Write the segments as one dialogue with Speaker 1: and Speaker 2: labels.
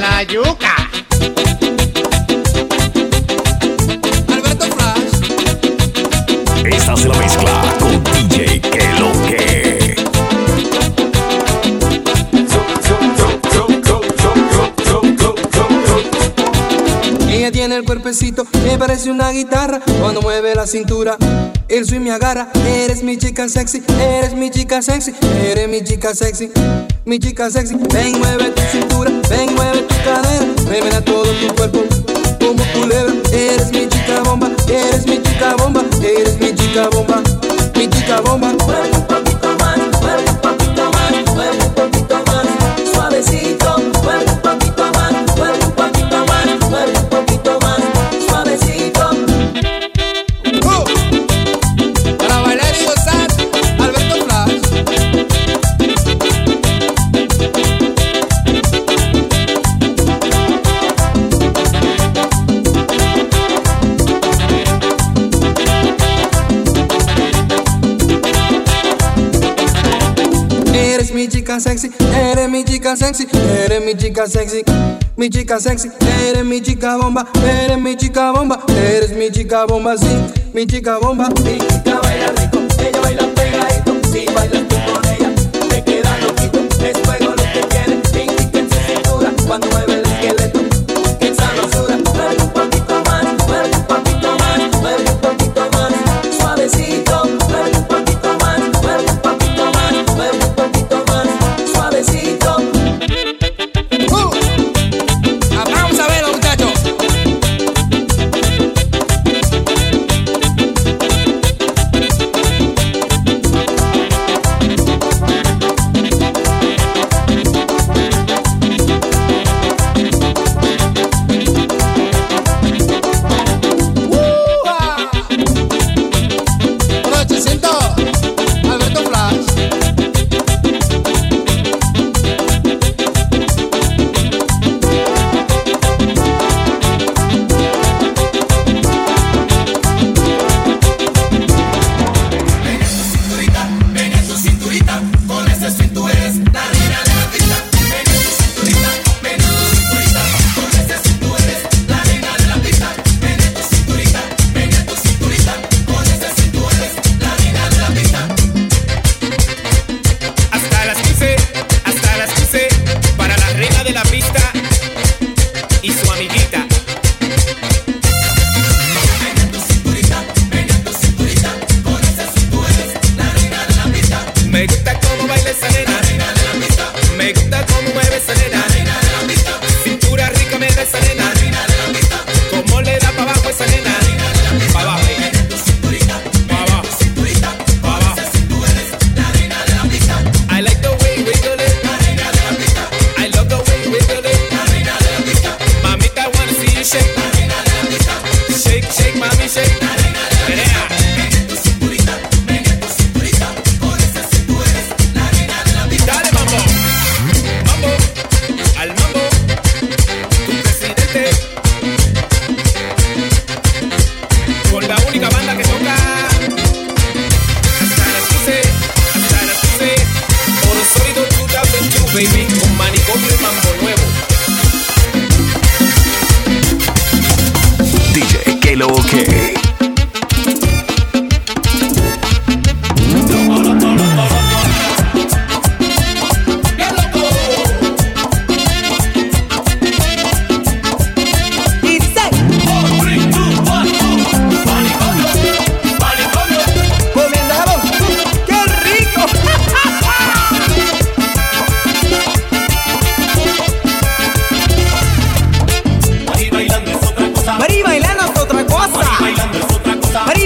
Speaker 1: la yuca.
Speaker 2: Alberto Flash.
Speaker 3: Esta es la mezcla con DJ que lo que.
Speaker 2: Ella tiene el cuerpecito que parece una guitarra cuando mueve la cintura. El swing me agarra. Eres mi chica sexy, eres mi chica sexy, eres mi chica sexy, mi chica sexy. Ven mueve tu cintura, ven mueve tu cadera, muévela todo tu cuerpo como culebra. Eres mi chica bomba, eres mi chica bomba, eres mi chica bomba, mi chica bomba. Muévete un poquito más, muévete un poquito más, muévete un poquito más, suavecito. Muévete un poquito más, muévete un poquito más, muévete un poquito más, suavecito. Para bailar y gozar, Alberto Flash. Eres mi chica sexy, eres mi chica sexy, eres mi chica sexy, mi chica sexy, eres mi chica bomba, eres mi chica bomba, eres mi chica bomba, sí, mi chica bomba. Mi chica baila rico, ella baila pegadito, si bailas tú con ella, te queda loquito, es fuego lo que tiene, indica en su cintura, cuando mueve el esqueleto, esa sabrosura, mueve un poquito más, mueve un poquito más, mueve un poquito más, suavecito, mueve un poquito más, mueve un poquito más, mueve un poquito más, suavecito. Uh. Vamos a verlo, muchachos. Por 800, Alberto Flash.
Speaker 4: Hasta las 15, hasta las 15, para la reina de la pista y su amiguita. Me gusta cómo baila esa nena, me gusta cómo mueve esa nena, cintura rica me da esa nena, cómo le da para abajo esa nena, pa' abajo, pa' abajo, pa' abajo. I like the way we do it. I love the way we do it. Mamita wanna see you shake. Shake, shake, mami, shake. Yeah. Dale, mambo. Mambo. Al mambo. Tu presidente. Con la única banda que toca hasta las 12, hasta las 12, con el sólido 2002, baby, con manicomio y mambo nuevo.
Speaker 3: DJ que lo que.
Speaker 2: ¡Comenzamos! ¡Qué rico!
Speaker 5: Mari bailando es otra cosa.
Speaker 2: Mari bailando es otra cosa.
Speaker 5: Mari bailando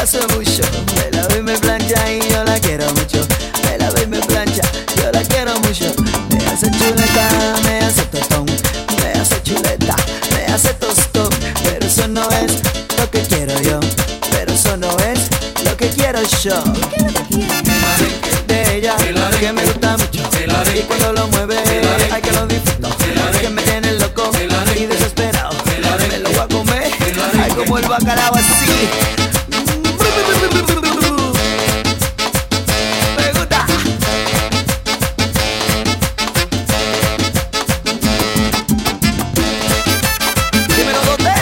Speaker 1: hace mucho. Me lava y me plancha y yo la quiero mucho. Me lava y me plancha, yo la quiero mucho. Me hace chuleta, me hace tostón. Me hace chuleta, me hace tostón. Pero eso no es lo que quiero yo. Pero eso no es lo que quiero yo. De ella, que me gusta mucho. Y cuando lo mueve, hay que lo disfruto. Que me tiene loco y desesperado. Me lo voy a comer, ay como el bacalao así. Me gusta. Dímelo, hotel.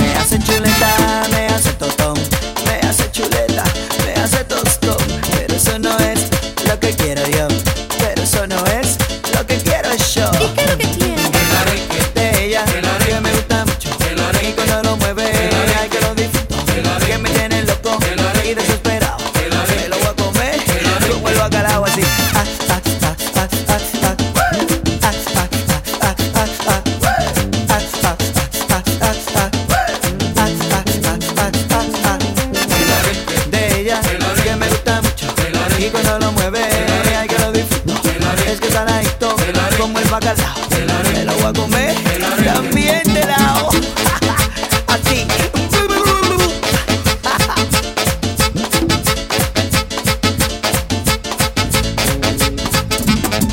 Speaker 1: Me hace chuleta, me hace tostón, me hace chuleta, me hace tostón. Pero eso no es lo que quiero yo, pero eso no es lo que quiero yo.
Speaker 5: ¿Qué es lo que quieres?
Speaker 1: De ella, que me gusta mucho, y cuando lo mueve, ay que lo disfruto, que me tiene loco y desesperado. Me lo voy a comer, como el bacalao así. Ah, ah, ah, ah, ah, ah. Ah, ah, ah, ah, ah, ah. Ah, ah, ah, ah, ah, ah. Ah, ah, ah, ah, ah, ah. De ella es que me gusta mucho Y cuando lo mueve hay que lo disfruto Es que está ladito como el bacalao Me lo voy a comer también de lado Así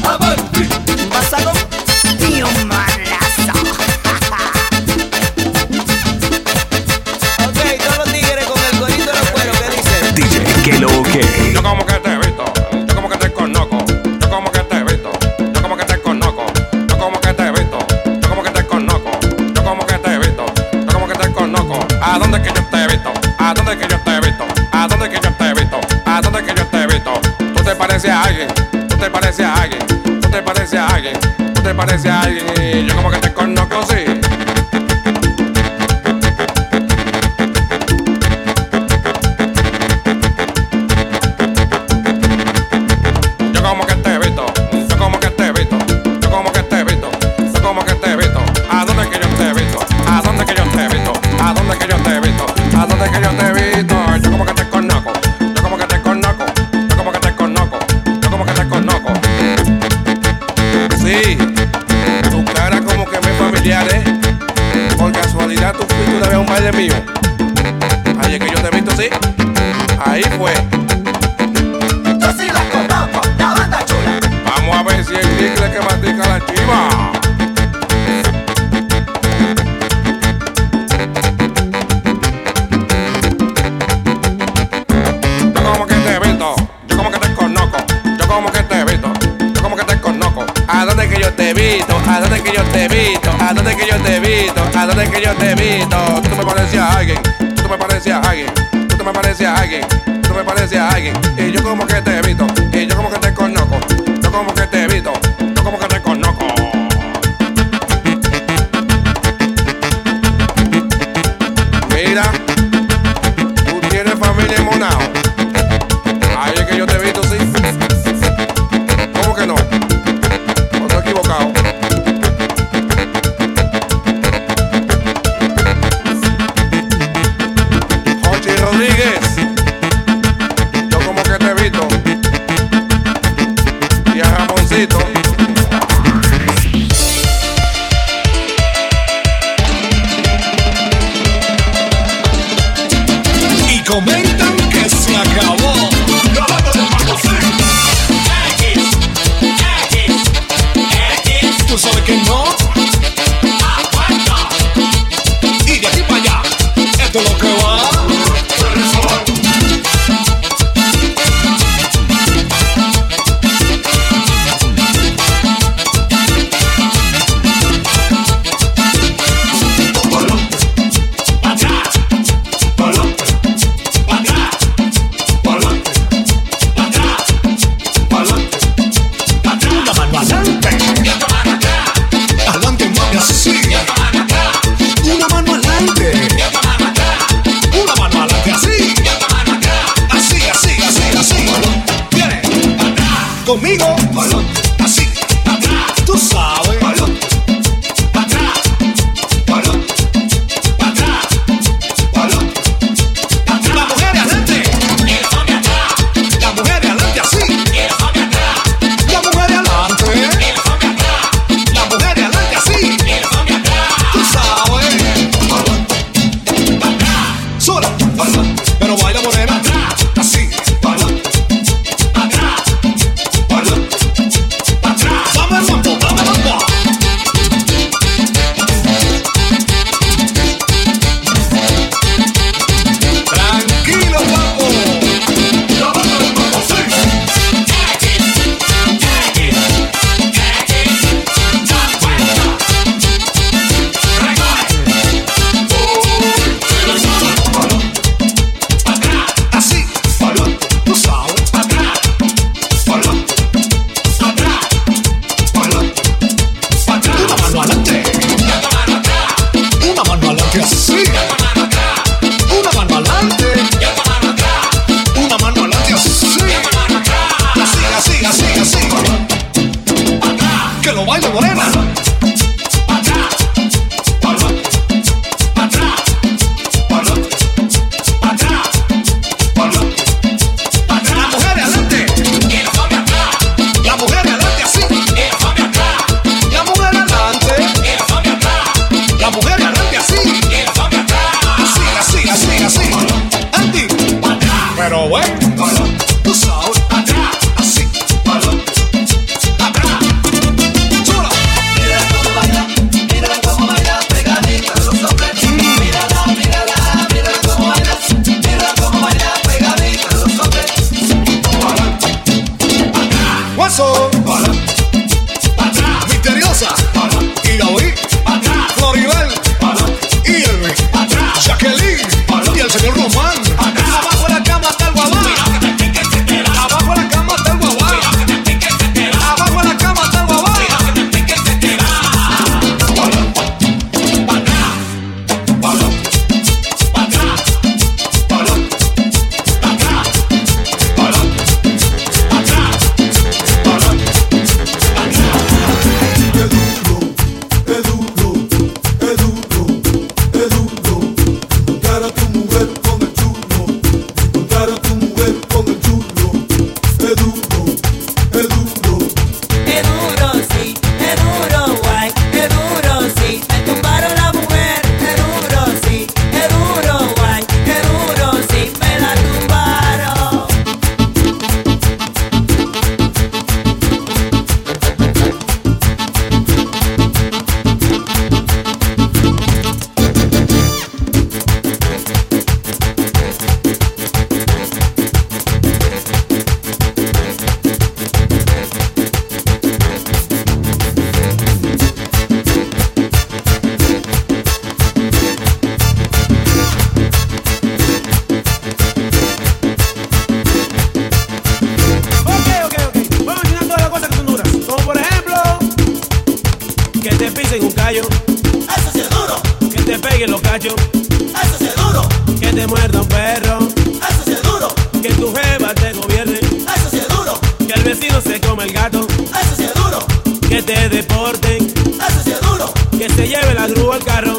Speaker 1: Vas a con tío malazo Ok, todos los tigres con el corito en los cueros, ¿qué dicen?
Speaker 3: DJ, que lo que.
Speaker 6: Yo como que te he visto, yo como que te conozco, yo como que te he visto, yo como que te conozco, yo como que te he visto, yo como que te conozco, yo como que te he visto, yo como que te conozco. ¿A dónde es que yo te he visto? ¿A dónde es que yo te he visto? ¿A dónde es que yo te he visto? ¿A dónde es que yo te he visto? Tú te pareces a alguien, tú te pareces a alguien, tú te pareces a alguien, tú te pareces a alguien. Yo como que te conozco, sí. Yo como que te visto, yo como que te visto, yo como que te visto, yo como que te visto. ¿A dónde es que yo te visto? ¿A dónde es que yo te visto? ¿A dónde es que yo te visto? ¿A dónde es que yo te visto? Yo como que te conozco, yo como que te conozco, yo como que te conozco, yo como que te conozco. Sí, tu cara como que me es familiar, ¿eh? Por casualidad tú fuiste una vez a un baile mío. Ahí es que yo te visto, sí. Ahí fue.
Speaker 1: Yo sí la conozco, la banda chula
Speaker 6: Vamos a ver si el chicle que matica la chiva. Yo como que te he visto, yo como que te conozco, yo como que te he visto, yo como que te conozco. ¿A dónde es que yo te he visto? ¿A dónde es que yo te he visto? ¿A dónde es que yo te he visto? ¿A dónde es que yo te he visto? Tú me parecías a alguien, tú me parecías a alguien, tú me parecías a alguien, tú me parecías a alguien. Y yo como que te he visto, y yo como que te conozco, yo como que te he visto, yo como que te conozco. Mira, tú tienes familia en Monao. Ahí es que yo te he visto, sí. ¿Cómo que no? O estoy equivocado. Jochi Rodríguez. Yo como que te he visto. Y a Ramoncito.
Speaker 7: Y comentan que se acabó. La banda de Paco C. Tú sabes que no. Y de aquí para allá, esto es lo que va. Para atrás, para que sí. Una mano adelante. Una mano adelante así. Así, así, así, así. Que lo baile morena. La mujer adelante. La mujer adelante así. La mujer adelante. La mujer adelante así. Así, así, así, así. Andy. Pero bueno. Tú sabes. Así. Atrás. Chulo. Guaso. Misteriosa. Iraoí. Floribel. Y Elvis. Jacqueline. Y el señor Román. Abajo de la cama está el guabá. Abajo de la cama está el guabá. Abajo de la cama está el guabá.
Speaker 1: Qué duro sí, qué duro guay, qué duro sí, me tumbaron la mujer, qué duro sí, qué duro guay, qué duro sí, me la tumbaron.
Speaker 4: Ok, ok, ok. Voy a mencionar todas las cosas que son duras. Como por ejemplo, que te pisen un callo. Eso sí es duro. Que te peguen los cachos. Eso sí es duro. Que te muerda un perro. Eso sí es duro. Que tu jeva te gobierne. Eso sí es duro. Que el vecino se come el gato. Eso sí es duro. Que te deporten. Eso sí es duro. Que se lleve la grúa al carro.